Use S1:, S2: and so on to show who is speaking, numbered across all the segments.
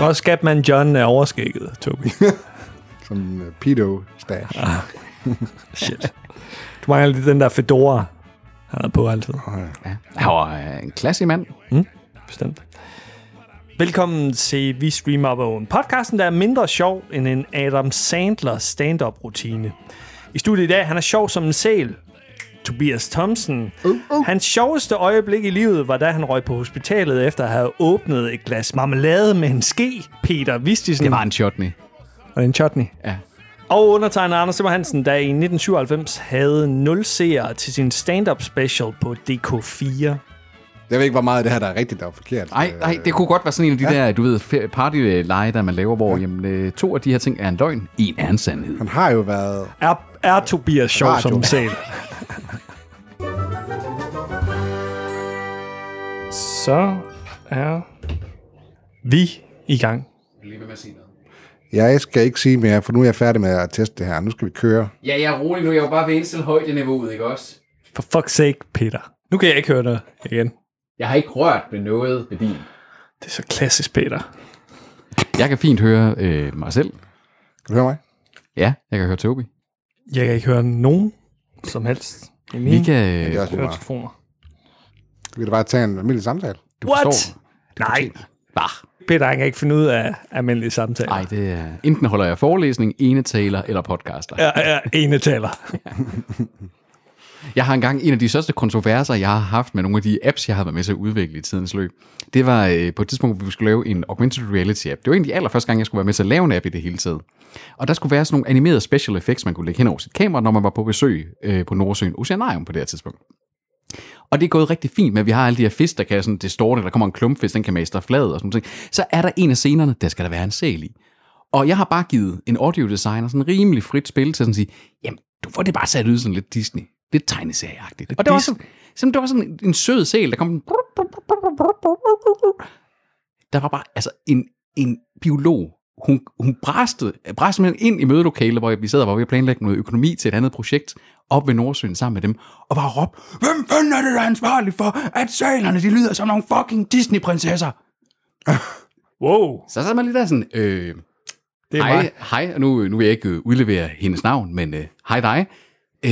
S1: Og Scatman John er overskægget, Tobi.
S2: Som en uh, pedo stash. Ah.
S1: Shit. Du mangler lige den der fedora, han er på altid.
S2: Ja.
S3: Han var øh, en klassisk mand.
S1: Bestemt. Velkommen til Vi Streamer på en podcasten, der er mindre sjov end en Adam Sandler stand-up-rutine. I studiet i dag, han er sjov som en sæl. Tobias Thomsen. Uh, uh. Hans sjoveste øjeblik i livet var, da han røg på hospitalet efter at have åbnet et glas marmelade med en ske. Peter Vistisen.
S3: Det var en chutney.
S1: Og en chutney.
S3: Mm. Ja.
S1: Og undertegnet Anders Simmer Hansen, der i 1997 havde 0 seere til sin stand-up special på DK4.
S2: Jeg ved ikke, hvor meget af det her, der er rigtigt, der er forkert.
S3: Ej,
S2: Øh,
S3: nej, det kunne godt være sådan en af de ja. der, du ved, fe- partyleje, der man laver, hvor jamen, øh, to af de her ting er en løgn, en er en sandhed.
S2: Han har jo været...
S1: Er, er Tobias sjov
S2: Radio.
S1: som en sæl? Så er vi i gang.
S2: Jeg skal ikke sige mere, for nu er jeg færdig med at teste det her. Nu skal vi køre.
S3: Ja, jeg er rolig nu. Jeg var bare ved indstille højdeniveauet, ikke også?
S1: For fuck's sake, Peter. Nu kan jeg ikke høre dig igen.
S3: Jeg har ikke rørt ved noget ved din.
S1: Det er så klassisk, Peter.
S3: Jeg kan fint høre øh, mig selv.
S2: Kan du høre mig?
S3: Ja, jeg kan høre Tobi.
S1: Jeg kan ikke høre nogen som helst i
S3: Vi
S1: mine
S3: kan...
S2: Det er også lige meget.
S1: høretelefoner.
S2: Vi kan da bare tage en almindelig samtale.
S3: Du
S1: What?
S3: forstår.
S1: Nej,
S3: Bah.
S1: Peter han kan ikke finde ud af almindelige samtaler.
S3: Nej, det er... Enten holder jeg forelæsning, enetaler eller podcaster. Ja.
S1: Ja, ja, ene taler.
S3: Jeg har engang en af de største kontroverser, jeg har haft med nogle af de apps, jeg har været med til at udvikle i tidens løb. Det var øh, på et tidspunkt, hvor vi skulle lave en augmented reality app. Det var egentlig allerførste gang, jeg skulle være med til at lave en app i det hele taget. Og der skulle være sådan nogle animerede special effects, man kunne lægge hen over sit kamera, når man var på besøg øh, på Nordsøen Oceanarium på det her tidspunkt. Og det er gået rigtig fint med, at vi har alle de her fisk, der kan sådan distorte, der kommer en klumpfisk, den kan mestre flad og sådan noget. Så er der en af scenerne, der skal der være en sæl i. Og jeg har bare givet en audiodesigner sådan rimelig frit spil til at sådan sige, jamen, du får det bare sat ud sådan lidt Disney. Lidt tegneserieagtigt. Og det var, sådan, sådan, det var sådan en sød sæl, der kom sådan... Der var bare altså en, en biolog, hun, hun bræstede, bræstede mig ind i mødelokalet, hvor jeg- vi sad og var ved at planlægge noget økonomi til et andet projekt op ved Nordsøen sammen med dem, og bare råbte, hvem fanden er det, der er ansvarlig for, at sælerne de lyder som nogle fucking Disney-prinsesser?
S1: Wow,
S3: Så sad man lige der sådan, øh,
S1: det er mig.
S3: hej, hej, og nu, nu vil jeg ikke øh, udlevere hendes navn, men øh, hej dig. Øh,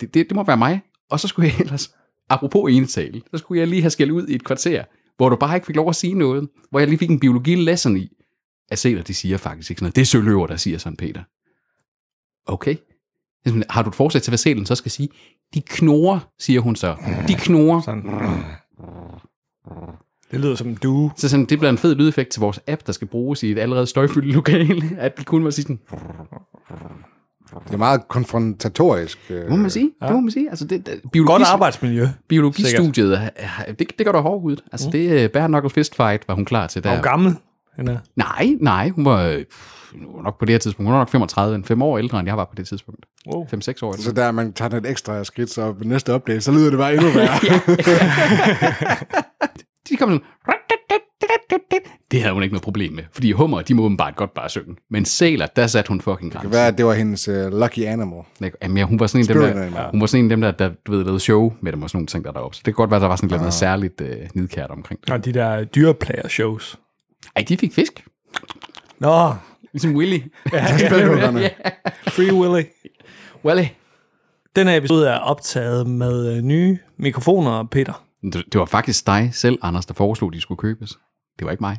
S3: det, det, det må være mig. Og så skulle jeg ellers, apropos ene tale, så skulle jeg lige have skældt ud i et kvarter, hvor du bare ikke fik lov at sige noget, hvor jeg lige fik en biologi-lesson i, at sæler, de siger faktisk ikke sådan noget. Det er søløver, der siger sådan, Peter. Okay. Jamen, Har du et forsæt til, hvad sælen så skal sige? De knorer, siger hun så. De knorer.
S1: Sådan. Det lyder som en due.
S3: Så sådan, det bliver en fed lydeffekt til vores app, der skal bruges i et allerede støjfyldt lokale, at vi kun må sige sådan,
S2: Det er meget konfrontatorisk. øh,
S3: Det må man sige. Ja. Det må man sige. Altså, det, det, biologi,
S1: Godt arbejdsmiljø.
S3: biologistudiet, er- er- det, det gør dig hårdhudet. Altså, mm. det uh, bare knuckle fist fight var hun klar til
S1: Og
S3: der.
S1: ja. gammel. Han er.
S3: Nej, nej, hun var øh, hun var nok på det her tidspunkt. Hun var nok 35, en fem år ældre, end jeg var på det tidspunkt.
S1: Wow.
S3: 5-6 år ældre.
S2: Så der man tager den et ekstra skridt, så ved næste update, så lyder det bare endnu værre.
S3: De kom sådan... Det havde hun ikke noget problem med, fordi hummer, de må åbenbart godt bare synge. Men sæler, der satte hun fucking grænsen.
S2: Hvad er det, det var hendes uh, lucky animal?
S3: Ikke? Jamen, ja, hun var sådan en af dem,
S2: Spirit
S3: der,
S2: animal.
S3: hun var sådan en af dem der, der du ved, lavede show med dem og sådan nogle ting, der er deroppe. Så det kan godt være, der var sådan noget særligt øh, nidkært omkring det.
S1: Og de der dyreplayer-shows.
S3: Ej, de fik fisk.
S1: Nå,
S3: Ligesom Willy.
S2: Spændende.
S1: Free Willy.
S3: Willy.
S1: Den her episode er optaget med øh, nye mikrofoner, Peter.
S3: Det det var faktisk dig selv, Anders, der foreslog, at de skulle købes. Det var ikke mig.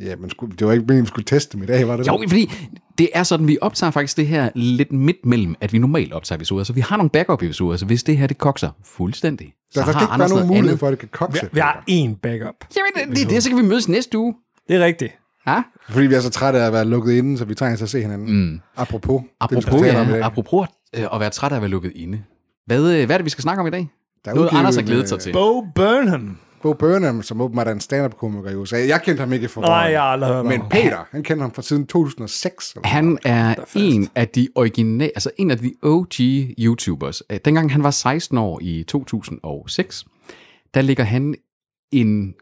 S2: Ja, men skulle, det var ikke meningen, vi skulle teste dem i dag, var det?
S3: Jo, fordi det er sådan, vi optager faktisk det her lidt midt mellem, at vi normalt optager episoder. Så vi har nogle backup-episoder, så hvis det her, det kokser fuldstændig,
S2: Der
S3: så
S2: skal ikke være nogen mulighed for, at det kan kokse.
S1: Vi har én backup.
S3: Jamen, det, det, det, så kan vi mødes næste uge.
S1: Det er rigtigt.
S3: Ja?
S2: Fordi vi er så trætte af at være lukket inde, så vi trænger til at se hinanden. Mm. Apropos. det, vi
S3: Apropos,
S2: skal tale om i dag.
S3: ja, apropos øh, at være træt af at være lukket inde. Hvad, øh, hvad er det, vi skal snakke om i dag?
S2: Der er
S3: Noget,
S2: udgivet
S3: Anders har
S2: en,
S3: glædet
S2: øh,
S3: sig til.
S1: Bo Burnham.
S2: Bo Burnham, som åbenbart er en stand-up-komiker i USA. Jeg kendte ham ikke for
S1: Nej, jeg har aldrig hørt om
S2: Men
S1: ham.
S2: Peter, han kendte ham fra siden 2006. Eller?
S3: Han er en af de originale, altså en af de OG YouTubers. Øh, Dengang han var 16 år i 2006, der ligger han en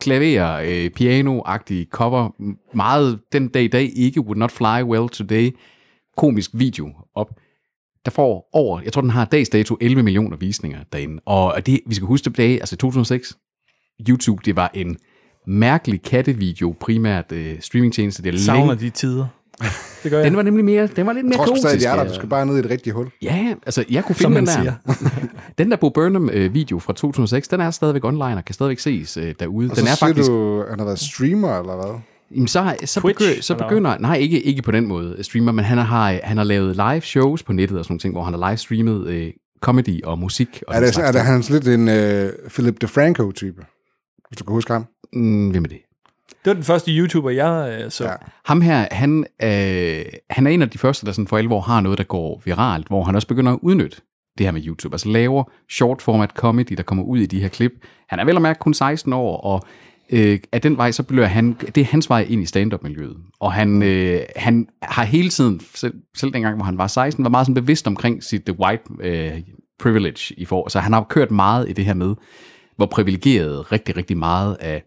S3: klaver, øh, piano-agtig cover, m- meget den dag i dag ikke Would Not Fly Well Today, komisk video op, der får over, jeg tror den har dags dato 11 millioner visninger derinde. Og det, vi skal huske tilbage, altså 2006, YouTube, det var en mærkelig kattevideo, primært øh, streamingtjeneste. Det er
S1: Savner
S3: længe.
S1: de tider. Det gør jeg.
S3: Den var nemlig mere, den var lidt mere
S2: Jeg tror sgu stadig, de er der.
S3: ja.
S2: Du skal bare ned i et rigtigt hul.
S3: Ja, altså jeg kunne
S1: Som
S3: finde den
S1: man
S3: der. den der Bo Burnham-video fra 2006, den er stadigvæk online og kan stadigvæk ses øh, derude.
S2: Og
S3: den
S2: så
S3: er
S2: siger
S3: faktisk...
S2: du, han har været streamer, eller hvad?
S3: Jamen, så,
S1: Twitch,
S3: så, begynder, så
S1: eller
S3: begynder... Nej, ikke, ikke på den måde streamer, men han har, øh, han har lavet live shows på nettet og sådan nogle ting, hvor han har live streamet øh, comedy og musik. Og
S2: Er
S3: den
S2: det,
S3: slags
S2: er det
S3: ting.
S2: han er lidt en øh, Philip DeFranco-type? Hvis du kan huske ham.
S3: Mm, hvem er det?
S1: Det var den første YouTuber, jeg øh, så.
S2: Ja.
S3: Ham her, han, øh, han er en af de første, der sådan for alvor har noget, der går viralt, hvor han også begynder at udnytte det her med YouTube. Altså laver short format comedy, der kommer ud i de her klip. Han er vel og mærke kun 16 år, og øh, af den vej, så bliver han, det er hans vej ind i stand-up-miljøet. Og han, øh, han har hele tiden, selv, selv dengang, hvor han var 16, var meget sådan bevidst omkring sit øh, white øh, privilege i for. Så han har kørt meget i det her med, hvor privilegeret rigtig, rigtig meget af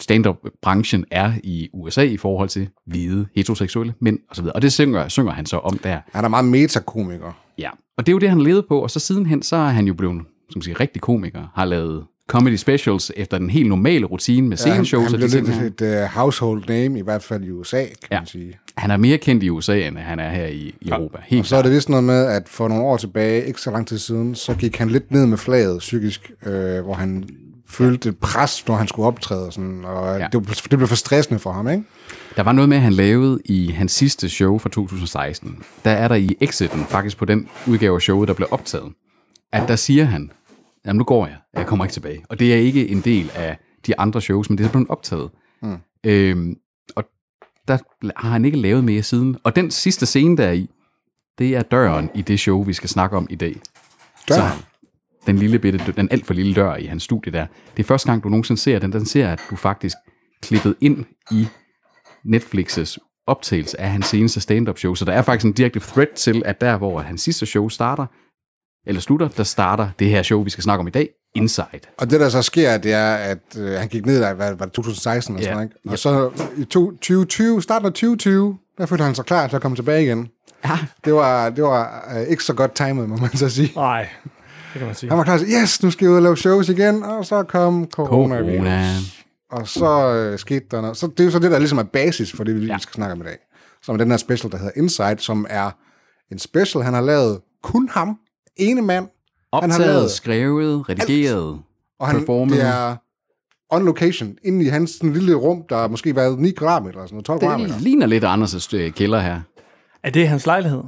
S3: stand-up-branchen er i USA i forhold til hvide, heteroseksuelle mænd osv. Og det synger, synger han så om der.
S2: Han er meget metakomiker.
S3: Ja. Og det er jo det, han levede på, og så sidenhen, så er han jo blevet, som siger, rigtig komiker, har lavet comedy specials efter den helt normale rutine med
S2: han,
S3: sceneshows.
S2: han
S3: og
S2: blev
S3: de ting
S2: lidt
S3: her.
S2: et uh, household name, i hvert fald i USA, kan ja. man sige.
S3: han er mere kendt i USA, end han er her i, i Europa.
S2: Og
S3: Helt
S2: så er det vist noget med, at for nogle år tilbage, ikke så lang tid siden, så gik han lidt ned med flaget psykisk, øh, hvor han følte et pres, når han skulle optræde. og Sådan, og
S3: Ja.
S2: ja. det, blev- det blev for stressende for ham, ikke?
S3: Der var noget med, at han lavede i hans sidste show fra 2016. Der er der i Exit'en, faktisk på den udgave af showet, der blev optaget, at der siger han, jamen nu går jeg, jeg kommer ikke tilbage. Og det er ikke en del af de andre shows, men det er blevet optaget. Mm. Øhm, og der har han ikke lavet mere siden. Og den sidste scene, der er i, det er døren i det show, vi skal snakke om i dag.
S2: Dør.
S3: Så den lille bitte, den alt for lille dør i hans studie der. Det er første gang, du nogensinde ser den. Den ser, at du faktisk klippet ind i Netflix's optagelse af hans seneste stand-up show. Så der er faktisk en direkte thread til, at der, hvor hans sidste show starter, eller slutter, der starter det her show, vi skal snakke om i dag, Inside.
S2: Og det, der så sker, det er, at øh, han gik ned i, hvad var det, 2016 eller
S3: Ja.
S2: sådan noget, ikke? Og så i to- 2020, starten af 2020, der følte han sig klar til at komme tilbage igen.
S3: Ja.
S2: Det var, det var øh, ikke så godt timet, må man så sige.
S1: Nej, det kan man sige.
S2: Han var klar til, yes, nu skal jeg ud og lave shows igen, og så kom corona.
S3: Corona.
S2: Og så øh, skete der noget. Så det er jo så det, der ligesom er basis for det, vi
S3: Ja.
S2: ja. skal snakke om i dag. Som er den her special, der hedder Inside, som er en special, han har lavet kun ham, ene mand. han har
S3: Optaget,
S2: lavet,
S3: skrevet, redigeret.
S2: og han,
S3: performet.
S2: det er on location, inde i hans sådan, lille rum, der har måske været 9 kvadratmeter eller sådan noget, 12 kvadratmeter.
S3: Det ligner lidt Anders' øh, kælder her.
S1: Er det hans lejlighed?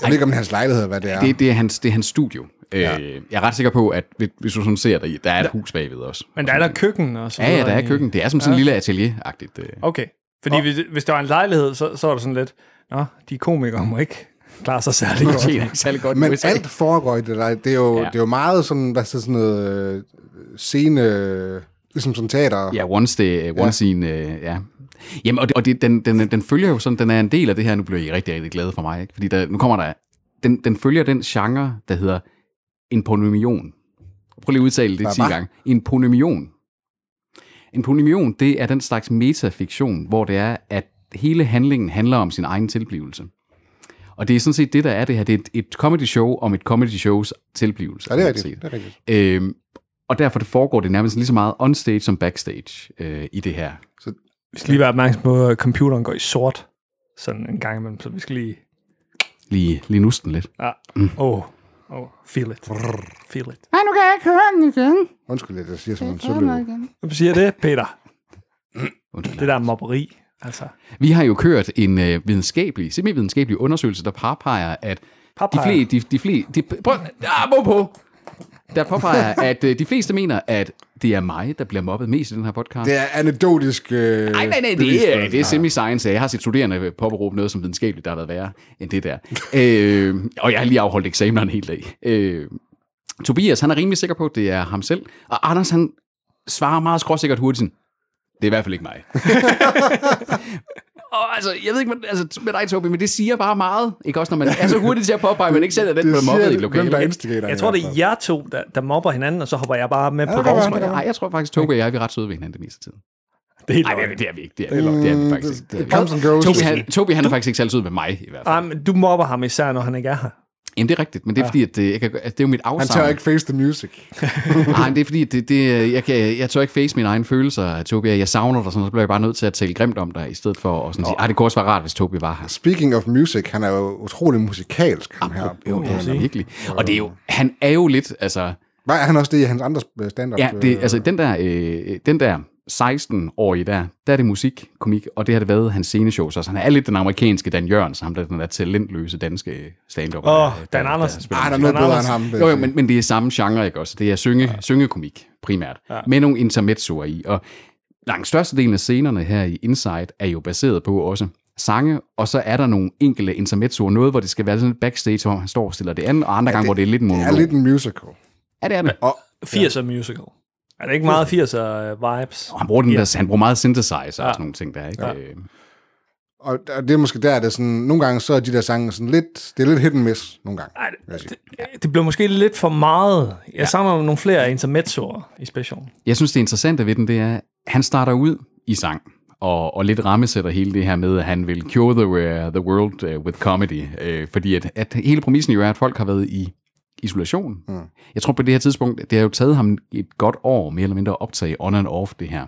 S2: Jeg ved ikke, om det er hans lejlighed, hvad det er.
S3: Det, det, er, hans, det er hans studio. Ja. Øh, jeg er ret sikker på, at hvis- hvis du sådan ser der, der er et hus bagved også.
S1: Men der er der køkken og så
S3: Ja, ja,
S1: videre
S3: der er
S1: i-
S3: køkken. Det er som sådan en lille atelier-agtigt. øh.
S1: Okay. Fordi hvis, hvis der var en lejlighed, så, så er det sådan lidt, nå, de komikere må ikke klare sig særlig
S3: Det
S1: godt.
S3: er ikke særlig godt. i
S2: Men
S3: USA.
S2: alt foregår i det der. Det er jo,
S3: Ja.
S2: ja. det er jo meget sådan, hvad så sådan noget øh, scene, ligesom sådan teater.
S3: Ja, one, stay, one ja. scene, øh, ja. Jamen, og, det, og det, den, den, den følger jo sådan, den er en del af det her, nu bliver I rigtig, rigtig glade for mig, ikke? fordi der, nu kommer der, den, den følger den genre, der hedder en ponymion. Prøv lige at udtale det
S2: Hvad
S3: 10
S2: var?
S3: gange. En ponymion. En ponymion, det er den slags metafiktion, hvor det er, at hele handlingen handler om sin egen tilblivelse. Og det er sådan set det, der er det her. Det er et, et comedy show om et comedy shows tilblivelse.
S2: Ja, det er
S3: set.
S2: rigtigt. Det er rigtigt.
S3: Øhm, og derfor det foregår det nærmest lige så meget on stage som backstage øh, i det her.
S1: Vi skal lige være opmærksom på, at computeren går i sort sådan en gang imellem, så vi skal lige...
S3: Lige, lige nusten lidt.
S1: Ja. Oh, oh, feel it. Feel it.
S4: Nej, nu kan jeg ikke høre den igen.
S2: Undskyld, at jeg siger sådan en
S4: Høre mig
S2: sølv.
S4: igen.
S1: Hvem siger det, Peter?
S3: Undskyld.
S1: Det der mobberi, altså.
S3: Vi har jo kørt en øh, videnskabelig, semi-videnskabelig undersøgelse, der påpeger, at de
S1: Påpeger.
S3: fleste... De, de fleste de, prøv, ah, må på! Der påpeger, at øh, de fleste mener, at det er mig, der bliver mobbet mest i den her podcast.
S2: Det er anekdotisk øh,
S3: Nej, nej, nej, det er, det er semi-science. Jeg har set studerende påberåbe noget som videnskabeligt, der har været værre end det der. øh, og jeg har lige afholdt eksamener en hel dag. Øh, Tobias, han er rimelig sikker på, at det er ham selv. Og Anders, han svarer meget skråsikkert hurtigt sådan, det er i hvert fald ikke mig. og altså, jeg ved ikke med, altså, med dig, Tobi, men det siger bare meget. Ikke også, når man er så hurtigt til at påpege, men ikke selv er den, der
S2: Det
S3: er mobbet i
S2: siger,
S3: et lokale.
S2: hvem der
S3: ikke?
S2: instigator.
S1: Jeg tror, det er jer to, der, der mobber hinanden, og så hopper jeg bare med på
S2: det kan være.
S1: vores.
S3: Nej, jeg, jeg tror faktisk, Tobi og jeg vi er ret søde ved hinanden den meste tid.
S1: Det er helt
S3: Nej, det er, vi-
S1: løgn.
S3: det er vi ikke. Det er, vi- det er vi faktisk ikke. Det er vi
S2: Mm, Comes and goes.
S3: ikke. Tobi, han, Tobi, han er faktisk ikke særlig sød ved mig, i hvert fald.
S1: Ej, men du mobber ham især, når han ikke er her.
S3: Jamen, det er rigtigt, men det er ja. fordi, at øh, jeg kan, altså, det er jo mit
S2: Han
S3: afsavn.
S2: tør ikke face the music.
S3: Nej, men det er fordi, det, det, øh, jeg, kan, jeg tør ikke face mine egne følelser, Tobi. Jeg savner dig, sådan, og så bliver jeg bare nødt til at tale grimt om dig, i stedet for at sådan sige, ah, det kunne også være rart, hvis Tobi var her.
S2: Speaking of music, han er jo utrolig musikalsk, ham her.
S3: Jo, altså, virkelig. Og det er jo, han er jo lidt, altså,
S2: Var han også det i hans andre stand-up?
S3: ja, det,
S2: øh,
S3: altså den der, øh, den der 16-årige der, der er det musik, komik, og det har det været hans sceneshow, så altså, han er lidt den amerikanske Dan Jørgens, ham der, den der talentløse danske øh, stand-up.
S1: Åh, Dan Andersen.
S2: Ej, Ah, der er noget
S1: Dan
S2: bedre end
S1: Andersen.
S2: ham. øh, vil jeg
S3: Jo, jo
S2: sige.
S3: men, men det er samme genre, ikke også? Det er synge, ja. syngekomik primært, ja. med nogle intermezzoer i. Og langt størstedelen af scenerne her i Inside er jo baseret på også sange, og så er der nogle enkelte intermezzoer. Noget, hvor det skal være sådan et backstage, hvor han står og stiller det andet, og andre ja, gange, hvor det er lidt en
S2: Det
S3: monolog.
S2: er lidt en musical.
S3: Ja, det er det.
S2: Og
S1: 80'er musical. Er det ikke meget 80'er vibes?
S3: Og han bruger, den der, han bruger meget synthesizer ja. og sådan nogle ting der, ikke? Øh, Ja.
S2: Og og det er måske der, det er sådan, nogle gange så er de der sange sådan lidt, det er lidt hit and miss nogle gange.
S1: Ej,
S2: vil jeg sige.
S1: det, det blev måske lidt for meget. Jeg ja. samler nogle flere intermezzoer i specialen.
S3: Jeg synes, det interessante ved den, det er, at han starter ud i sang, og, og lidt rammesætter hele det her med, at han vil cure the, uh, the world uh, with comedy. Uh, fordi at, at hele præmissen jo er, at folk har været i isolation. Mm. Jeg tror på det her tidspunkt, det har jo taget ham et godt år, mere eller mindre, at optage on and off det her.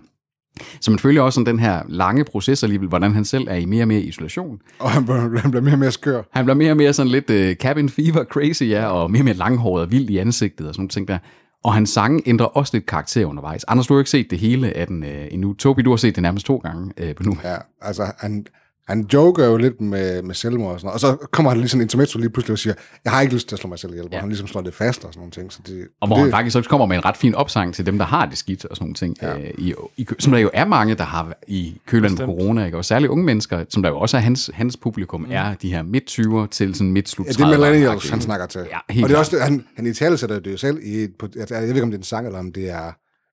S3: Så man følger også sådan den her lange proces alligevel, hvordan han selv er i mere og mere isolation.
S2: Og han bliver, han bliver mere og mere skør.
S3: Han bliver mere og mere sådan lidt øh, cabin fever crazy, ja, og mere og mere langhåret og vild i ansigtet og sådan nogle ting der. Og hans sange ændrer også lidt karakter undervejs. Anders, du har jo ikke set det hele af den øh, endnu. Tobi, du har set det nærmest to gange øh, på nu.
S2: Ja, altså han, han joker jo lidt med, med selvmord og sådan noget. Og så kommer han lige sådan en intermezzo lige pludselig og siger, jeg har ikke lyst til at slå mig selv ihjel. Ja. Han ligesom slår det fast og sådan nogle ting. Så det,
S3: Og hvor
S2: det,
S3: han faktisk også kommer med en ret fin opsang til dem, der har det skidt og sådan nogle ting. Ja. Øh, i, i, kø- som der jo er mange, der har i kølen på corona, ikke? og særligt unge mennesker, som der jo også er hans, hans publikum, mm. er de her midt-20'er til sådan midt-slut
S2: Ja, det er millennials, han snakker til.
S3: Ja, helt
S2: og det er
S3: klart.
S2: også, det- han, han i tale sætter det jo selv. I, et- på, altså, jeg, jeg ved ikke, om det er en sang, eller om det er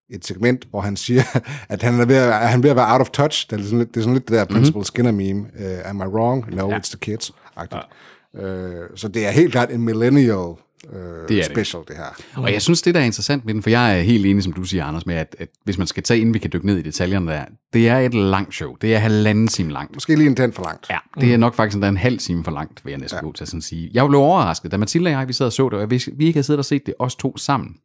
S2: et segment, hvor han siger, at han er ved at, er han ved at være out of touch. Det er sådan lidt det, er sådan lidt det der
S3: Mhm.
S2: Principal mm-hmm. Skinner meme. Uh, am I wrong? No, ja. it's the kids. Ja. Uh, så det er helt klart en millennial uh,
S3: Det er
S2: det
S3: det.
S2: special, det, her.
S3: Og jeg synes, det der er interessant med den, for jeg er helt enig, som du siger, Anders, med, at, at hvis man skal tage, inden vi kan dykke ned i detaljerne der, det er et langt show. Det er halvanden time langt.
S2: Måske lige en tand for langt.
S3: Ja, det er nok faktisk endda en halv time for langt, vil jeg næsten ja. gå til at sådan sige. Jeg blev overrasket, da Mathilde og jeg, vi sad og så det, og hvis vi ikke havde siddet og set det, os to sammen,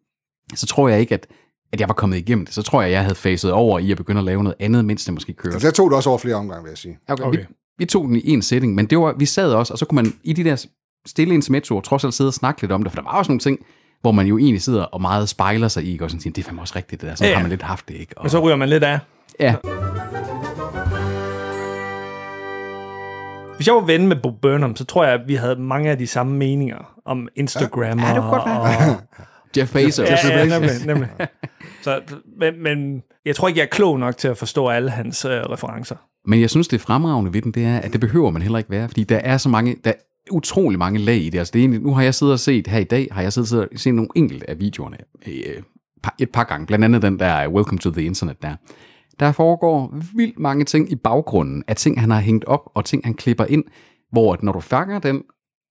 S3: så tror jeg ikke, at, at jeg var kommet igennem det. Så tror jeg, jeg havde faset over i at begynde at lave noget andet, mens det måske kører.
S2: Altså, jeg tog det også over flere omgange, vil jeg sige.
S3: Okay.
S1: Okay.
S3: Vi, vi tog den i en sætning, men det var, vi sad også, og så kunne man i de der stille intermezzoer trods alt sidde og snakke lidt om det, for der var også nogle ting, hvor man jo egentlig sidder og meget spejler sig i, ikke? og sådan siger, det er fandme også rigtigt det der, så ja.
S1: Ja, ja.
S3: har man lidt haft det, ikke? Og,
S1: Men så ryger man lidt af.
S3: ja.
S1: Hvis jeg var ven med Bob Burnham, så tror jeg, at vi havde mange af de samme meninger om Instagram ja.
S3: Ja, det kunne godt
S1: og...
S3: være. Jeff Bezos.
S1: Ja, ja, nemlig. nemlig. Så, men, men jeg tror ikke, jeg er klog nok til at forstå alle hans øh, referencer.
S3: Men jeg synes, det fremragende ved den, det er, at det behøver man heller ikke være, fordi der er så mange, der er utrolig mange lag i det. Altså, det er egentlig, nu har jeg siddet og set her i dag, har jeg siddet og siddet og set nogle enkelte af videoerne øh, par- et par gange, blandt andet den der øh, Welcome to the Internet der. Der foregår vildt mange ting i baggrunden af ting, han har hængt op, og ting, han klipper ind, hvor at når du fanger den,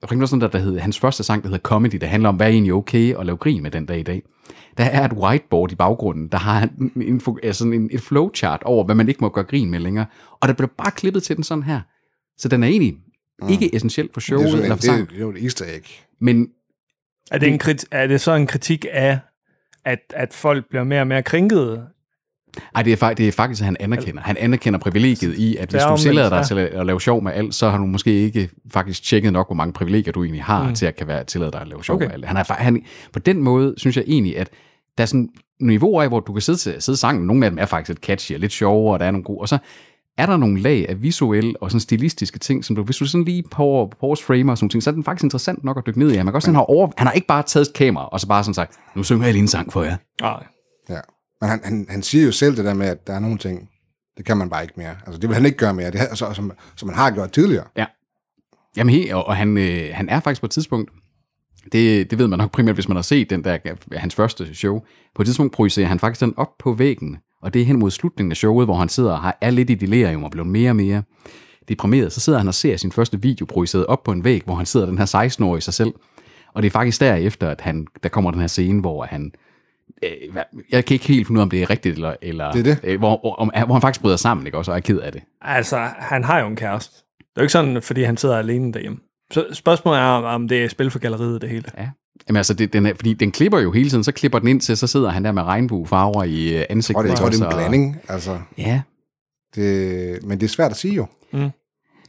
S3: jeg ringer sådan der, der hedder, hans første sang, der hedder Comedy, der handler om, hvad er egentlig okay at lave grin med den dag i dag. Der er et whiteboard i baggrunden, der har en, en, ja, sådan en, et flowchart over, hvad man ikke må gøre grin med længere. Og der bliver bare klippet til den sådan her. Så den er egentlig ikke essentiel for
S2: Mm. Det er,
S3: showet
S2: sådan,
S3: eller
S2: en,
S3: for sang,
S2: det, det er jo et easter egg.
S3: men
S1: Er det, en krit, er det så en kritik af, at, at folk bliver mere og mere krænkede?
S3: ej, det, er, fak- det er faktisk, at han anerkender. Han anerkender privilegiet i, at hvis
S1: er
S3: du
S1: omvendt,
S3: tillader dig
S1: ja.
S3: til at at lave sjov med alt, så har du måske ikke faktisk tjekket nok, hvor mange privilegier du egentlig har mm. til at kan være tillade dig at lave sjov okay.
S1: Okay.
S3: med alt. Han er, fa- han, på den måde synes jeg egentlig, at der er sådan niveauer af, hvor du kan sidde, til, sidde sangen. Nogle af dem er faktisk lidt catchy og lidt sjovere, og der er nogle gode. Og så er der nogle lag af visuelle og sådan stilistiske ting, som du, hvis du sådan lige på pause framer og sådan nogle ting, så er den faktisk interessant nok at dykke ned i. Man kan også sådan have over, han har ikke bare taget et kamera, og så bare sådan sagt, nu synger jeg lige en sang for jer.
S1: Nej.
S2: Ja. Men han, han, han siger jo selv det der med, at der er nogle ting, det kan man bare ikke mere. Altså, det vil han ikke gøre mere, det, har- altså, som, som man har gjort tidligere.
S3: Jamen helt, og og han, øh, han er faktisk på et tidspunkt, det, det ved man nok primært, hvis man har set den der, hans første show, på et tidspunkt projicerer han faktisk den op på væggen, og det er hen mod slutningen af showet, hvor han sidder og har, er lidt i delirium og bliver mere og mere deprimeret. Så sidder han og ser sin første video projiceret op på en væg, hvor han sidder den her 16-årige sig selv. Og det er faktisk derefter, at han, der kommer den her scene, hvor han øh, hvad- jeg kan ikke helt finde ud af, om det er rigtigt, eller, eller
S2: Det er det.
S3: Øh, hvor, om, hvor han faktisk bryder sammen, ikke også, og er ked af det.
S1: Altså, han har jo en kæreste. Det er jo ikke sådan, fordi han sidder alene derhjemme. Så spørgsmålet er, om det er spil for galleriet, det hele.
S3: Ja. Jamen altså, det, den er, fordi den klipper jo hele tiden, så klipper den ind til, så sidder han der med regnbuefarver i øh,
S2: Jeg tror,
S3: ansigtet.
S2: det, jeg tror, det er en
S3: så-
S2: blanding. Altså,
S3: Ja,
S2: det, men det er svært at sige jo.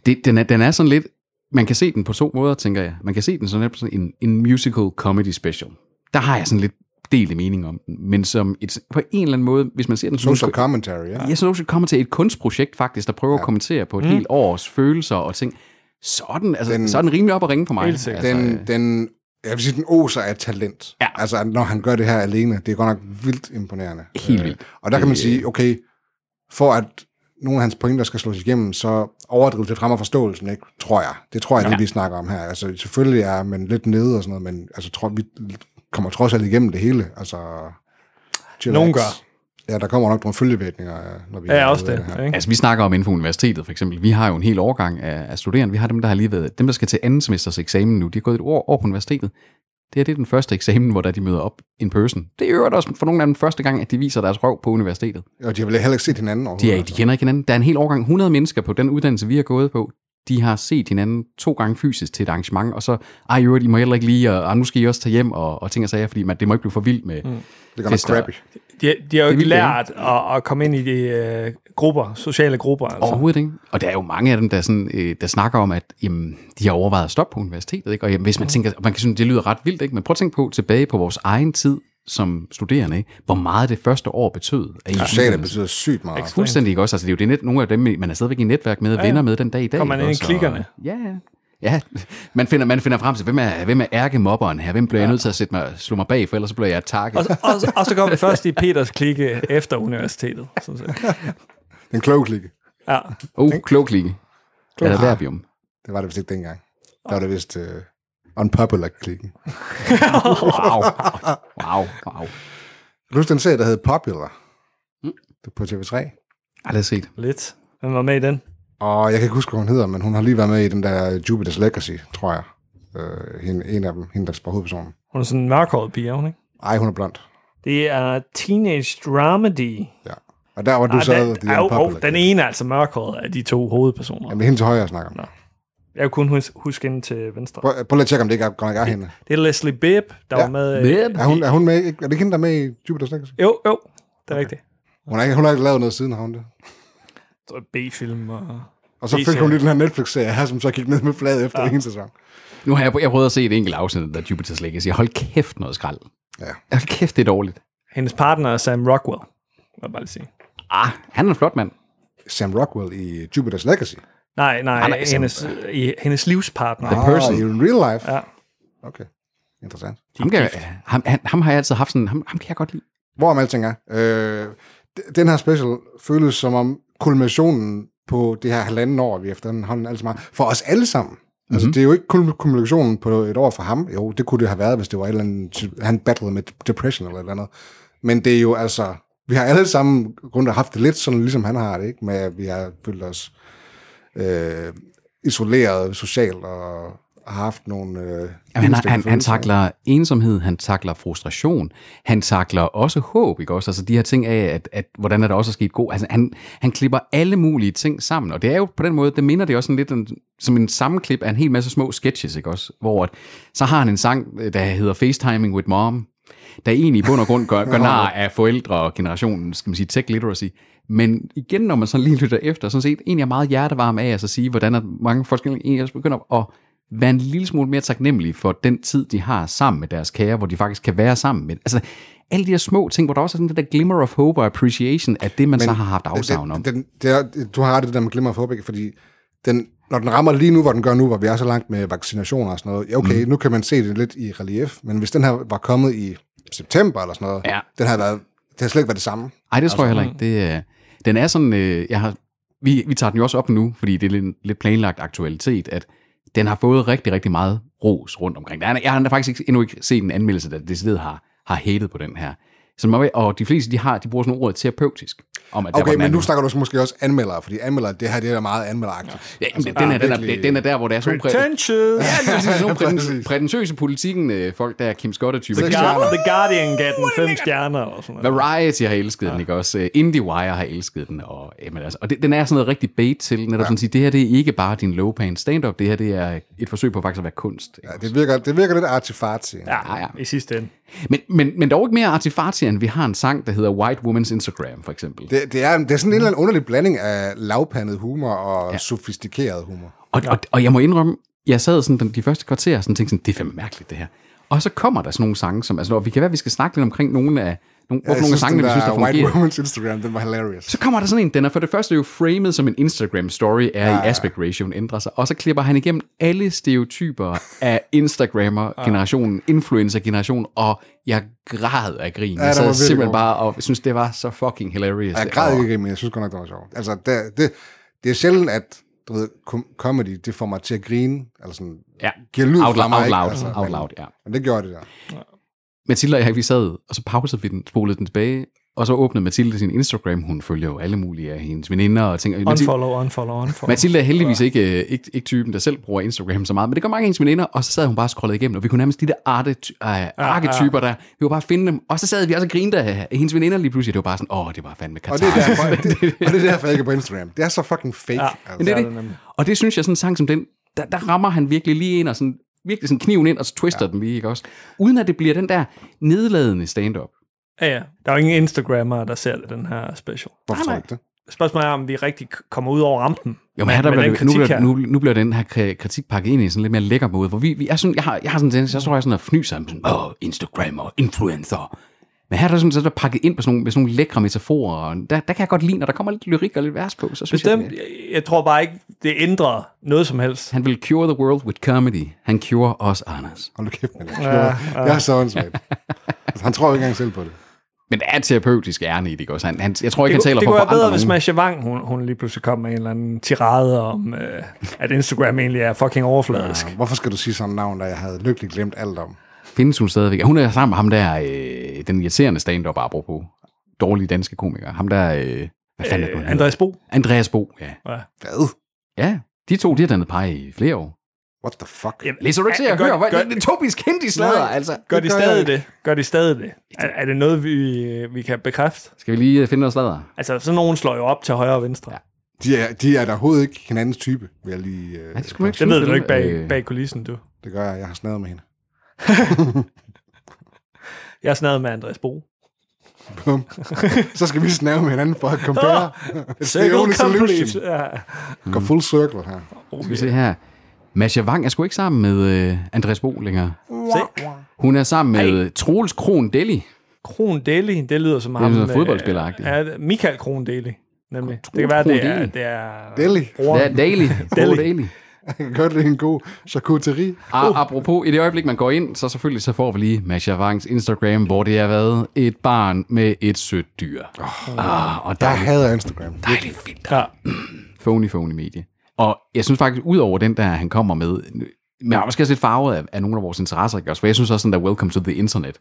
S3: det, den, er, den er sådan lidt, man kan se den på to måder, tænker jeg. Man kan se den sådan lidt på sådan en, en musical comedy special. Der har jeg sådan lidt delte mening om den, men som et, på en eller anden måde, hvis man ser den som
S2: Social commentary, ja.
S3: jeg synes også, kommer til et kunstprojekt faktisk, der prøver ja. at kommentere på et mm. helt års følelser og ting. Sådan, altså, den,
S2: Den-
S3: så er den rimelig op at ringe på mig.
S1: Helt sikkert.
S3: Altså,
S2: Den,
S3: øh,
S2: den, jeg vil sige, den oser af talent.
S3: Ja.
S2: Altså, når han gør det her alene, det er godt nok vildt imponerende.
S3: Helt vildt.
S2: Øh, og der kan man sige, okay, for at nogle af hans pointer skal slås igennem, så overdrivet det fremmer forståelsen, ikke? tror jeg. Det tror jeg, det vi snakker om her. Altså, selvfølgelig er man lidt nede og sådan noget, men altså, tror, vi kommer trods alt igennem det hele. Altså, chillax.
S1: Nogen gør.
S2: Ja, der kommer nok nogle følgevirkninger, når vi
S1: Ja,
S2: er
S1: også
S2: ude af
S1: det.
S2: her.
S1: Ikke?
S3: Altså, vi snakker om inden for universitetet, for eksempel. Vi har jo en hel årgang af, af studerende. Vi har dem, der har lige været, dem, der skal til anden semesters eksamen nu. De har gået et år, år på universitetet. Det her det er den første eksamen, hvor der de møder op in person. Det er i øvrigt også for nogle af dem første gang, at de viser deres røv på universitetet.
S2: Og de har vel heller ikke set hinanden
S3: De,
S2: overhovedet. altså.
S3: er, de kender ikke hinanden. Der er en hel årgang, 100 mennesker på den uddannelse, vi har gået på. De har set hinanden to gange fysisk til et arrangement, og så, ej, i øvrigt, I må heller ikke lige, og, og nu skal I også tage hjem og, og ting og sager, fordi man, det må ikke blive for vildt med mm.
S2: Det gør nok crappy.
S1: De, de har jo ikke
S3: vildt, ja.
S1: lært at, at komme ind i de øh, grupper, sociale grupper. Altså.
S3: Overhovedet ikke. Og der er jo mange af dem, der, sådan, øh, der snakker om, at jamen, de har overvejet at stoppe på universitetet. Ikke? Og jamen, hvis man tænker, man kan synes, det lyder ret vildt, ikke? men prøv at tænke på tilbage på vores egen tid som studerende, ikke? hvor meget det første år betød. At I
S2: Sociale betyder sygt meget.
S3: Fuldstændig ikke også. Altså, det er jo det net, nogle af dem, man er stadigvæk i netværk med, ja, venner med den dag i dag.
S1: Kommer man ind
S3: ikke
S1: i
S3: også? Og-
S1: klikkerne.
S3: Ja, ja. Ja, man finder, man finder frem til, hvem er, hvem er ærkemobberen her? Hvem bliver ja. jeg nødt til at sætte mig, slå mig bag, for ellers så bliver jeg takket.
S1: Og, så- og, så- og så kom vi først i Peters klikke efter universitetet. Sådan set.
S2: Den kloge klikke.
S1: Ja.
S3: Oh, klog klikke. Eller verbium.
S2: Det var det vist ikke dengang. Der var det vist uh, unpopular klikken.
S3: Wow. Wow. wow.
S2: Kan du huske den serie, der hed Popular? Mm. På TV3.
S3: Aldrig set.
S1: Lidt. Hvem var med i den?
S2: Og jeg kan ikke huske, hvad hun hedder, men hun har lige været med i den der Jupiter's Legacy, tror jeg. Øh, hende, en af dem, hende der spiller hovedpersonen.
S1: Hun er sådan en mørkhåret pige, er hun ikke?
S2: Ej, hun er blond.
S1: Det er Teenage Dramedy.
S2: Ja. Og der var du
S1: Ah,
S2: så
S1: den,
S2: de
S1: den,
S2: der
S1: oh,
S2: Unpopular
S1: oh, den
S2: Klikken.
S1: ene er altså mørkhåret af de to hovedpersoner.
S2: Jamen, det er hende til højre, jeg snakker om.
S1: Jeg kunne kun hus- huske hende til venstre.
S2: Prøv, prøv lige at tjekke, om det ikke er, godt nok er hende.
S1: Det er Leslie Bibb, der ja.
S2: Ja.
S1: var med. øh,
S3: Verb.
S2: Er hun, er hun med? ikke- Er det ikke hende, der er med i Jupiter's Legacy?
S1: Jo, jo, det er okay. rigtigt.
S2: Hun har ikke, hun har ikke lavet noget siden, har hun det?
S1: Så B-film og...
S2: Og så
S1: Det er
S2: fik hun
S1: seriøst.
S2: lige den her Netflix-serie her, som så gik ned med fladet efter ja. en sæson.
S3: Nu har jeg, jeg prøvet at se et enkelt afsnit af Jupiter's Legacy. Hold kæft noget skrald.
S2: Ja.
S3: Hold kæft, det er dårligt.
S1: Hendes partner er Sam Rockwell, må jeg bare lige sige.
S3: Ah, han er en flot mand.
S2: Sam Rockwell i Jupiter's Legacy.
S1: Nej, nej,
S3: Han er
S1: nej
S3: ikke
S1: hendes, i, hendes livspartner.
S3: The
S1: Nej.
S3: person.
S2: Ah, i real life?
S1: Ja.
S2: Okay. Interessant.
S3: Ham, kan, ham, han, ham har jeg altid haft sådan, ham, ham kan jeg godt lide.
S2: Hvorom alting er. Øh, d- den her special føles som om kulminationen på det her halvanden år, vi efterhånden altså meget, for os alle sammen. Mm-hmm.
S3: Mhm.
S2: Altså, det er jo ikke kun kulminationen på et år for ham. Jo, det kunne det have været, hvis det var et eller andet, ty- han battlede med depression eller et eller andet. Men det er jo altså, vi har alle sammen rundt og haft det lidt sådan, ligesom han har det, ikke? Med, at vi har følt os øh, isoleret socialt og har haft nogle... Øh,
S3: Jamen, han,
S2: indstikte
S3: han, han
S2: følelser.
S3: takler ensomhed, han takler frustration, han takler også håb, ikke også? Altså de her ting af, at, at hvordan er der også er sket god. Altså han, han klipper alle mulige ting sammen, og det er jo på den måde, det minder det også sådan lidt en, som en sammenklip af en hel masse små sketches, ikke også? Hvor at, så har han en sang, øh, der hedder FaceTiming with Mom, der egentlig i bund og grund gør, gør nar af forældre og generationen, skal man sige, tech literacy. Men igen, når man sådan lige lytter efter, sådan set egentlig er meget hjertevarm af at så sige, hvordan at mange folk egentlig også begynder at være en lille smule mere taknemmelige for den tid, de har sammen med deres kære, hvor de faktisk kan være sammen med. Altså, alle de der små ting, hvor der også er sådan den der glimmer of hope og appreciation af det, man Men, så har haft afsavn om.
S2: Den, den, det er, du har ret i det der med glimmer for håb, ikke? fordi den, når den rammer lige nu, hvor den gør nu, hvor vi er så langt med vaccinationer og sådan noget, ja okay, mm. nu kan man se det lidt i relief, men hvis den her var kommet i september eller sådan noget,
S3: Ja.
S2: den havde været, det havde slet ikke været det samme.
S3: Ej, det tror jeg heller ikke. Det, er- den er sådan, øh, jeg har, vi, vi tager den jo også op nu, fordi det er lidt, lidt planlagt aktualitet, at den har fået rigtig, rigtig meget ros rundt omkring. Der er, jeg har faktisk ikke, endnu ikke set en anmeldelse, der decideret har, har hatet på den her. Så man, og de fleste, de, har, de bruger sådan ordet terapeutisk. Om, at der var
S2: Okay,
S3: den
S2: men nu
S3: anden.
S2: snakker du så måske også anmeldere, fordi anmeldere, det her det er da meget anmelderagtigt.
S3: Ja, altså, den, er, den, er,
S2: virkelig-
S3: den er der, hvor der er sådan nogle præ-
S1: Pretentious.
S3: Ja, lige præcis. Nogle præten-
S2: Præcis.
S3: prætentiøse politikken øh, folk, der er Kim Scott-typer.
S2: The
S1: Gar- The Guardian gav den fem stjerner og sådan noget.
S3: Variety har elsket ja. den, ikke også? Øh, IndieWire har elsket den. Og, jamen, altså, og det, den er sådan noget rigtig bait til, netop ja. sådan at sige, det her det er ikke bare din low-pan stand-up, det her det er et forsøg på faktisk at være kunst. Ikke?
S2: Ja, det, virker, det virker lidt artifarti. Ja.
S1: Ja,
S3: Ah, ja.
S1: i sidste ende.
S3: Men, men, men dog ikke mere artifarti, end vi har en sang, der hedder White Woman's Instagram, for eksempel. Det.
S2: Det, det, er, det er sådan en eller
S3: Mm.
S2: anden underlig blanding af lavpandet humor og ja. sofistikeret humor.
S3: Og, og, og jeg må indrømme, jeg sad sådan den, de første kvarter og sådan tænkte sådan, det er fandme mærkeligt det her. Og så kommer der sådan nogle sange, som, altså, og vi kan være, at vi skal snakke lidt omkring nogle af, nogle,
S2: Jeg
S3: hvorfor nogle af
S2: synes, den
S3: sangene, vi
S2: der
S3: synes, der
S2: White
S3: fungerer.
S2: Woman's Instagram, den var hilarious.
S3: Så kommer der sådan en, den er for det første jo framed som en Instagram-story, er ja, i aspect ratioen ændrer sig, og så klipper han igennem alle stereotyper af Instagrammer-generationen, influencer-generationen, og jeg græd af grin.
S2: den
S3: jeg
S2: var
S3: sad
S2: virkelig
S3: simpelthen
S2: god.
S3: bare og synes, det var så fucking hilarious.
S2: Jeg græd
S3: Og-
S2: ikke, men jeg synes godt nok, det var sjovt. Altså, det, det, det er sjældent, at du ved, com- comedy, det får mig til at grine, eller sådan,
S3: Ja.
S2: giver lyd
S3: Out,
S2: fra mig.
S3: out
S2: ikke?
S3: loud,
S2: altså,
S3: out
S2: men-
S3: loud, ja.
S2: Men det gjorde det der.
S3: Mathilde og jeg, vi sad, og så pausede vi den, spolede den tilbage, og så åbnede Mathilde sin Instagram. Hun følger jo alle mulige af hendes veninder og tænker... Mathilde,
S1: Unfollow, unfollow, unfollow.
S3: Mathilde er heldigvis ikke, øh, ikke, ikke typen, der selv bruger Instagram så meget, men det gør mange af hendes veninder, og så sad hun bare og scrollede igennem, og vi kunne nærmest de der arte, øh, arketyper der, vi kunne bare finde dem, og så sad vi også og grinte af hendes veninder lige pludselig, det var bare sådan, åh, det var fandme
S2: Og det, er
S3: katar.
S2: derfor, det, og det er derfor, jeg ikke er på Instagram. Det er så fucking fake. Ja. Altså.
S3: Men det er
S1: Ja, det er
S3: det.
S1: nemlig.
S3: Og det synes jeg, sådan en sang som den, der, der rammer han virkelig lige ind, og sådan, virkelig sådan kniven ind, og så twister ja. den lige, ikke også? Uden at det bliver den der nedladende stand-up.
S1: Ja, ja. Der er jo ingen Instagrammer, der ser det, den her special.
S2: Hvorfor tror du ikke det?
S1: Spørgsmålet er, om vi rigtig k- kommer ud over rampen.
S3: Jo, men her, der
S1: med
S3: bliver,
S1: den
S3: det- nu,
S1: kritik
S3: bliver,
S1: her.
S3: nu, nu bliver den her kri- kritik pakket ind i sådan lidt mere lækker måde, hvor vi, vi er sådan, jeg, har, jeg har sådan en tendens, jeg tror, jeg er sådan at fnyse af dem, sådan, åh, Instagrammer, influencer. Men her er der sådan, så er der pakket ind på sådan nogle, med sådan nogle lækre metaforer, og der, der kan jeg godt lide, når der kommer lidt lyrik og lidt vers på, så synes
S1: Bestemt,
S3: jeg, det-
S1: jeg- jeg tror bare ikke, det ændrer noget som helst.
S3: han vil cure the world with comedy. Han cure os, Anders.
S2: Hold nu kæft med det. Jeg er så åndssvagt. Altså, han tror jo ikke engang selv på det.
S3: Men der er et terapeutisk ærne i det, ikke også? Han, han, jeg tror ikke, han
S1: det,
S3: taler
S1: det
S3: for
S1: kunne
S3: at
S1: være
S3: forandre
S1: bedre, hvis
S3: nogen.
S1: Masha Wang, hun, hun lige pludselig kom med en eller anden tirade om, øh, at Instagram egentlig er fucking overfladisk.
S2: Ja, Hvorfor skal du sige sådan et navn, der jeg havde lykkeligt glemt alt om?
S3: Findes hun stadigvæk? Hun er sammen med ham der, øh, den irriterende stand-up, apropos dårlige danske komikere. Ham der, øh, hvad fanden er det,
S1: Øh,
S3: nu, han hedder?
S1: Andreas Bo.
S3: Andreas Bo, ja.
S2: Hvad?
S3: Ja, de to, de har dannet par i flere år.
S2: What the fuck?
S1: Jamen,
S3: Læser du ikke til
S1: ja,
S3: at
S1: gør-
S3: høre? Hvad,
S1: gør-
S3: det er Tobis kendtislader,
S2: Nej.
S3: altså.
S1: Gør de
S2: gør jeg
S1: stadig
S2: ikke.
S1: det? Gør de stadig det? Er, er det noget, vi, øh, vi kan bekræfte?
S3: Skal vi lige øh, finde noget slader?
S1: Altså, sådan nogen slår jo op til højre og venstre.
S3: Ja.
S1: Ja.
S2: De er, de er der overhovedet ikke hinandens type, vil jeg lige... Øh,
S3: Nej, det skulle man ikke
S1: Det ved
S3: synes,
S1: du ikke bag,
S3: Øh,
S1: bag kulissen, du.
S2: det gør jeg. Jeg har snadet med hende.
S1: Jeg snakkede med Andreas Bo.
S2: Bum. så skal vi snave med hinanden for at compare. It's the only solution.
S1: Ja.
S2: Går full circle her.
S1: Oh,
S3: Øh, Skal vi
S1: yeah.
S3: se her. Masha Wang er sgu ikke sammen med øh, Andreas Bo længere.
S1: Se.
S3: Hun er sammen med Ej. Troels Kron Deli.
S1: Kron Deli, det lyder som
S3: er
S1: ham.
S3: sådan
S1: øh,
S3: fodboldspilleragtigt.
S1: Ja, Michael Kron Deli, nemlig. det kan være,
S3: Kron
S1: det er,
S3: Daly.
S1: det er...
S2: Deli.
S1: Bror.
S3: Ja, Daly. Kron Daly.
S2: Jeg kan godt lide en god charcuterie.
S3: Og apropos, i det øjeblik, man går ind, så selvfølgelig så får vi lige Masha Wangs Instagram, hvor det har været et barn med et sødt dyr. Oh. Ah, og der
S2: Jeg hader Instagram.
S3: dejligt fint.
S1: Ja.
S3: phony, phony medie. Og jeg synes faktisk, ud over den der, han kommer med, men jeg er måske også lidt farvet af, af nogle af vores interesser, ikke også? For jeg synes også, den der Welcome to the Internet,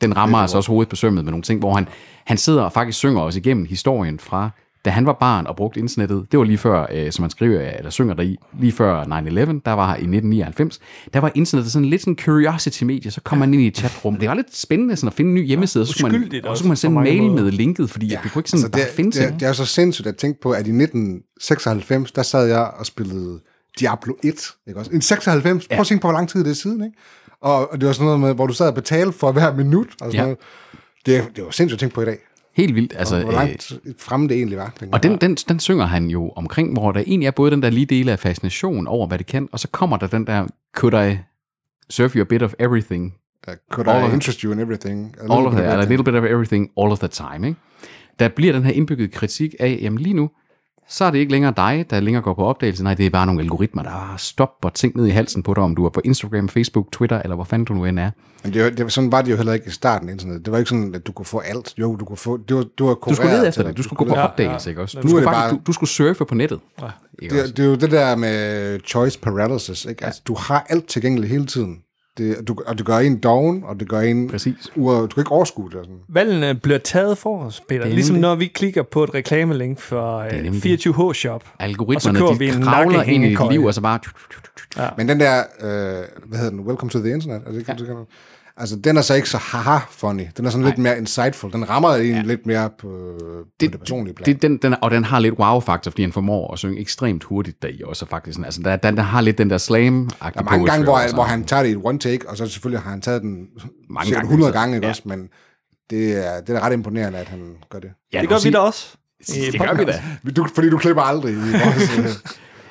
S3: den rammer altså også hovedet på sømmet med nogle ting, hvor han, han sidder og faktisk synger os igennem historien fra, da han var barn og brugte internettet, det var lige før, øh, som han skriver, eller synger der i, lige før 9-11, der var i 1999, der var internettet sådan lidt sådan curiosity-medie, så kom man ind i et chatrum. Det var lidt spændende sådan at finde en ny hjemmeside, og så skulle man,
S1: uskyldigt
S3: og så
S1: også,
S3: kunne man sende
S1: på
S3: en
S1: mange
S3: mail
S1: måder.
S3: med linket, fordi ja, vi kunne ikke sådan
S2: Altså,
S3: altså, bare
S2: det, er,
S3: finde ting.
S2: det, er, det er så sindssygt at tænke på, at i 1996, der sad jeg og spillede Diablo 1, ikke også? En 96, prøv at tænke på, hvor lang tid det er siden, ikke? Og, og det var sådan noget med, hvor du sad og betalte for hver minut, og sådan
S3: Ja.
S2: ja. noget. Det, er- det var sindssygt at tænke på i dag,
S3: Helt vildt. Altså,
S2: hvor
S3: øh,
S2: langt fremme det egentlig var. tænker
S3: Og den, den, den synger han jo omkring, hvor der egentlig er både den der lige dele af fascination over, hvad det kan, og så kommer der den der, could I serve you a bit of everything?
S2: jeg. Uh, Could
S3: all
S2: I
S3: of-
S2: interest you in everything? A
S3: All of that, eller a
S2: everything.
S3: little bit of everything, all of the time. Ikke? Der bliver den her indbygget kritik af, jamen lige nu, så er det ikke længere dig, der længere går på opdagelse. Nej, det er bare nogle algoritmer, der bare stopper ting ned i halsen på dig, om du er på Instagram, Facebook, Twitter, eller hvor fanden du nu end er.
S2: Men det, var- det, var- sådan var det jo heller ikke i starten af internettet. Det var ikke sådan, at du kunne få alt. Jo, du kunne få... Det var, det var
S3: Du skulle lede
S2: kureret
S3: efter
S2: til
S3: det.
S2: dig.
S3: Du skulle gå på
S1: lede-
S3: opdagelse, ikke også? Du
S2: Nu er
S3: skulle,
S2: det
S3: faktisk,
S2: bare-
S3: du, du skulle surfe på nettet. Ikke også?
S2: Det, det er jo det der med choice paralysis, ikke? Altså, du har alt tilgængeligt hele tiden. Det, og, du, og det gør en doven, og det gør en...
S3: Præcis.
S2: Ur, du kan ikke overskue det. og Sådan.
S1: Valgene bliver taget for os, Peter.
S3: nemlig
S1: Ligesom
S3: det.
S1: når vi klikker på et reklamelink for øh,
S3: nemlig det.
S1: 24H Shop.
S3: Algoritmerne,
S1: køber vi
S3: de
S1: en
S3: kravler ind i dit
S1: nakkehængekøje.
S3: liv, og så bare...
S2: Men den der, øh, hvad hedder den, Welcome to the Internet, er det ikke, ja. altså den er så ikke så haha-funny. Den er sådan lidt mere insightful. Den rammer en ja. lidt mere på det, på det personlige plan. Det,
S3: Det, den, den, er- og den har lidt wow-faktor, fordi han formår at synge ekstremt hurtigt deri også, faktisk. Sådan, Altså, der, den, der har lidt den der slam Der
S2: der er mange gange, hvor, hvor han tager det i et one take, og så selvfølgelig har han taget den mange
S3: gange,
S2: 100
S3: så-
S2: gange, ikke
S3: ja.
S2: ja. også, men det er, det er da ret imponerende, at han gør det.
S3: Ja,
S1: Det gør vi da også. i
S3: Det, det gør vi
S1: podcast.
S3: da.
S2: Du, fordi du klipper aldrig. i vores, øh,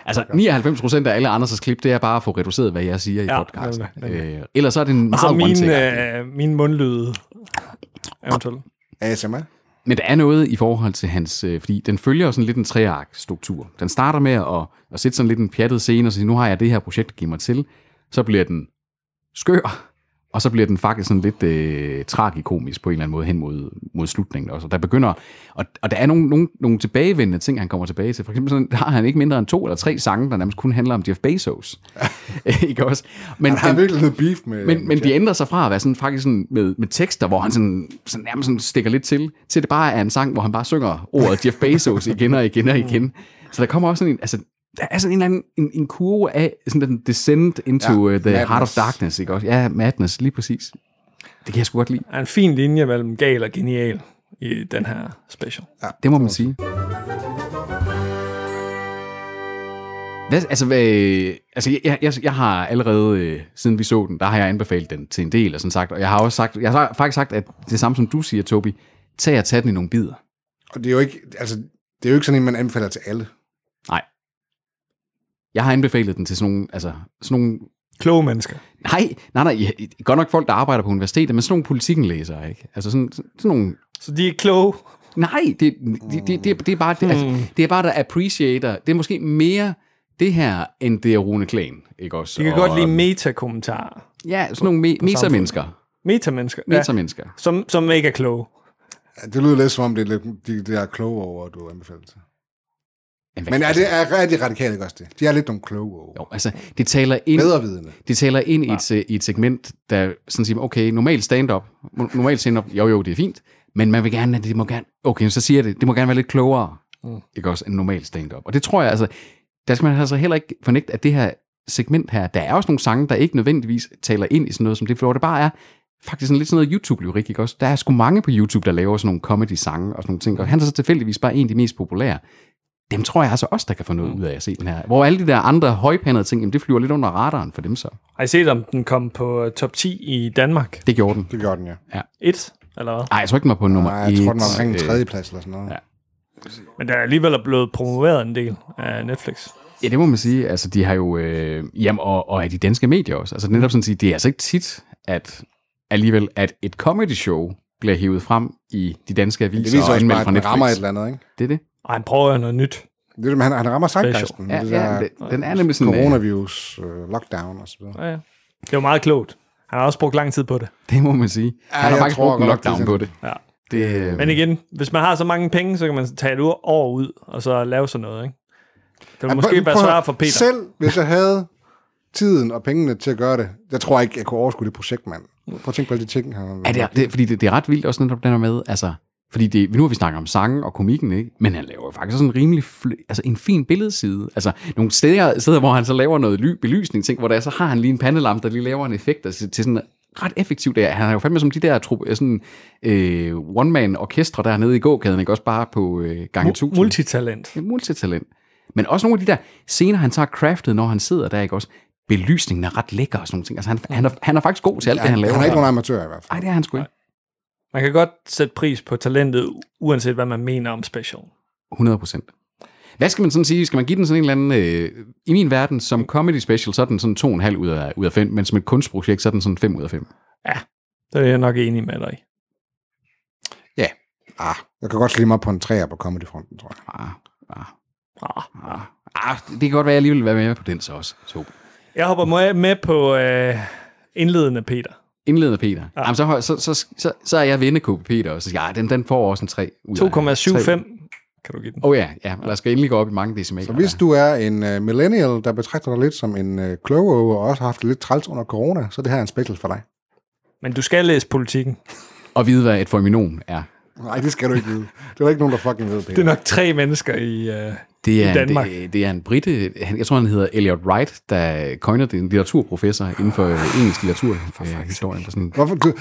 S3: Altså, 99 procent af alle andres klip, det er bare at få reduceret, hvad jeg siger i
S1: Ja,
S3: podcasten.
S1: nemlig,
S3: Øh, ellers så er det en
S1: Og så
S3: meget one-take.
S1: mine, øh, mine mundlyde. Eventuelt.
S2: ASMR.
S3: Men der er noget i forhold til hans, øh, fordi den følger jo sådan lidt en treark-struktur. Den starter med at, at sætte sådan lidt en pjattet scene og sige, nu har jeg det her projekt at give mig til. Så bliver den skør, og så bliver den faktisk sådan lidt øh, tragikomisk på en eller anden måde hen mod, mod slutningen også. Og der begynder, og, og der er nogle, nogle, nogle tilbagevendende ting, han kommer tilbage til. For eksempel sådan, der har han ikke mindre end to eller tre sange, der nærmest kun handler om Jeff Bezos. ikke også? Men,
S2: Han har virkelig noget beef øh, med...
S3: men, men de ændrer sig fra at være sådan, faktisk sådan med, med tekster, hvor han sådan, sådan nærmest sådan stikker lidt til, til det bare er en sang, hvor han bare synger ordet Jeff Bezos igen og igen
S2: Mm.
S3: og igen. Så der kommer også sådan en, altså, der er sådan en eller anden en, en kurve af sådan en descent into
S2: Ja,
S3: ja, the madness. heart
S2: madness.
S3: of darkness, ikke også? Ja, madness, lige præcis. Det kan jeg sgu godt lide.
S1: Der er en fin linje mellem gal og genial i den her special.
S3: Det må man sige. Hvad, altså, hvad, altså jeg, jeg, jeg har allerede, øh, siden vi så den, der har jeg anbefalet den til en del, og sådan sagt, og jeg har også sagt, jeg har faktisk sagt, at det samme som du siger, Tobi, tag og tag den i nogle bidder.
S2: Og det er jo ikke, altså, det er jo ikke sådan en, man anbefaler til alle.
S3: Nej. Jeg har anbefalet den til sådan nogle, altså, sådan nogle,
S1: Kloge mennesker.
S3: nej, nej, nej, ja, godt nok folk, der arbejder på universitetet, men sådan nogle politikkenlæsere, ikke? Altså sådan, sådan nogle
S1: Så de er kloge.
S3: Nej, det, det, det, det, det er bare, det,
S1: Hmm.
S3: altså, det er bare, der appreciator. Det er måske mere det her, end det er Rune Klan, ikke også?
S1: De kan
S3: Og,
S1: godt lide
S3: øhm,
S1: metakommentarer.
S3: Ja, sådan nogle me- metamennesker.
S1: Metamennesker. Ja,
S3: Metamennesker.
S1: som, som ikke er kloge.
S2: Ja, Det lyder lidt som om, det er lidt, de, de er kloge over, at du anbefaler det.
S3: Ja.
S2: Men er det er, er de radikale ikke også det? De er lidt nogle kloge over.
S3: altså, Jo, altså, det taler ind,
S2: Bedrevidende.
S3: det taler ind i, et, se- i et segment, der sådan siger, okay, normal stand-up, mo- normal stand-up, jo jo, det er fint, men man vil gerne, at det må gerne, okay, så siger jeg det, det må gerne være lidt klogere, mm. ikke også, end normal stand-up. Og det tror jeg altså, der skal man altså heller ikke fornægte, at det her segment her, der er også nogle sange, der ikke nødvendigvis taler ind i sådan noget som det, for det bare er faktisk sådan lidt sådan noget YouTube-lyrik, ikke også? Der er sgu mange på YouTube, der laver sådan nogle comedy-sange og sådan nogle ting, og han er så tilfældigvis bare en af de mest populære. Dem tror jeg altså også, der kan få
S2: Mm.
S3: noget ud af at se den her. Hvor alle de der andre højpandede ting, jamen det flyver lidt under radaren for dem så.
S1: Har I set, om den kom på øh, top 10 i Danmark?
S3: Det gjorde den.
S2: Det gør den, ja.
S1: Et, eller hvad?
S3: Nej, jeg tror ikke, den var på nummer
S2: Nej, jeg tror, den var
S3: et.
S2: omkring en
S3: Øh,
S2: tredjeplads eller sådan noget.
S3: ja.
S2: Ja.
S1: Men der er alligevel blevet promoveret en del af Netflix.
S3: Ja, det må man sige. Altså, de har jo... Øh, jamen, og, og af de danske medier også. Altså, netop sådan at sige, det er altså ikke tit, at alligevel, at et comedy show bliver hævet frem i de danske aviser
S2: Det viser
S3: og
S2: også
S3: anmeldt
S2: bare,
S3: fra
S2: at den
S3: Netflix.
S2: rammer et eller andet, ikke?
S3: Det er det.
S1: Og han prøver noget nyt.
S2: Det er det, men han, han rammer zeitgeisten.
S3: Ja,
S2: med det
S3: ja,
S2: der
S3: det- den er nemlig sådan... øh,
S2: Coronavirus, øh, lockdown og så videre.
S1: Ja, ja. Det var meget klogt. Han har også brugt lang tid på det.
S3: Det må man sige. Ja, Han har
S2: jeg
S3: faktisk
S2: tror
S3: brugt en
S2: godt, det er
S3: lockdown på det.
S1: Ja.
S3: Det, øh,
S1: Men igen, hvis man har så mange penge, så kan man tage et u- år ud, og så lave sådan noget, ikke? Det vil måske
S2: prøv-
S1: være
S2: prøv at
S1: svært
S2: høre.
S1: for Peter.
S2: Selv hvis jeg havde tiden og pengene til at gøre det, jeg tror ikke, jeg kunne overskue det projekt, mand. Prøv at tænke på alle de ting, han
S3: Ja, det er, det, fordi det, det er ret vildt også, netop den her med, altså, fordi det, nu har vi snakket om sangen og komikken, ikke? men han laver jo faktisk sådan en rimelig, fl- altså en fin billedside, altså nogle steder, steder hvor han så laver noget ly- belysning, ting, hvor der, så har han lige en pandelampe, der lige laver en effekt der, til sådan ret effektivt der. Han er jo fandme som de der trup, sådan, øh, one-man-orkestre dernede i gågaden, ikke? også bare på øh, gange tusind.
S1: Multitalent.
S3: Det er multitalent. Men også nogle af de der scener, han tager craftet, når han sidder der, ikke også? Belysningen er ret lækker og sådan nogle ting. Altså, han, han, er, han er faktisk god til alt ja, det, han laver.
S2: Han er ikke
S3: der.
S2: nogen amatør i hvert fald.
S3: Ej, det er han sgu ikke.
S1: Man kan godt sætte pris på talentet, u- uanset hvad man mener om special.
S3: 100 procent. Hvad skal man sådan sige? Skal man give den sådan en eller anden... Øh, I min verden, som comedy special, så er den sådan 2,5 ud af, ud af 5, men som et kunstprojekt, så er den sådan 5 ud af 5.
S1: Det er jeg nok enig med dig i.
S2: Ah, jeg kan godt slime op på en træer på comedyfronten, tror jeg.
S3: Ah, ah,
S1: Ah.
S3: ah, ah, det kan godt være, at jeg alligevel vil være med på den så også. To.
S1: Jeg hopper med- med på øh, indledende Peter.
S3: Indledende Peter. Ja. Jamen, så, "Ah, høj- så, så, så, så, er jeg vennekåbe Peter, og så siger jeg, "Ej, den, den får også en 3 ud af 3.
S1: 2,75 Kan du give den?
S3: Åh oh, ja, ja, lad os endelig gå op i mange decimaler.
S2: Så hvis
S3: ja.
S2: du er en uh, millennial, der betragter dig lidt som en uh, kloge og også har haft det lidt træls under corona, så er det her er en special for dig.
S1: Men du skal læse politikken.
S3: Og vide, hvad et forminon er.
S2: Nej, det skal du ikke vide. Det er der ikke nogen, der fucking ved,
S1: Det
S2: Peter.
S1: er nok tre mennesker i... Uh...
S3: Det er,
S1: I Danmark.
S3: En, det, det er en brite, han, jeg tror han hedder Elliot Wright, der coiner det, en litteraturprofessor inden for øh, engelsk litteratur. For øh, historien, der sådan.
S2: Hvorfor, du,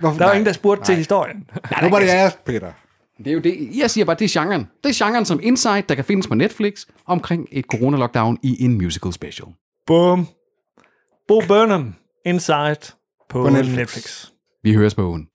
S2: hvorfor,
S1: Der er jo
S2: nej.
S1: ingen, der spurgte til historien.
S2: Nu var det er, Peter.
S3: Det er jo det, jeg siger bare, det er genren. Det er genren som Inside, der kan findes på Netflix, omkring et corona-lockdown i en musical special.
S1: Boom. Bo Burnham, Inside på, på
S2: Netflix.
S1: Netflix. Netflix.
S3: Vi høres på ugen.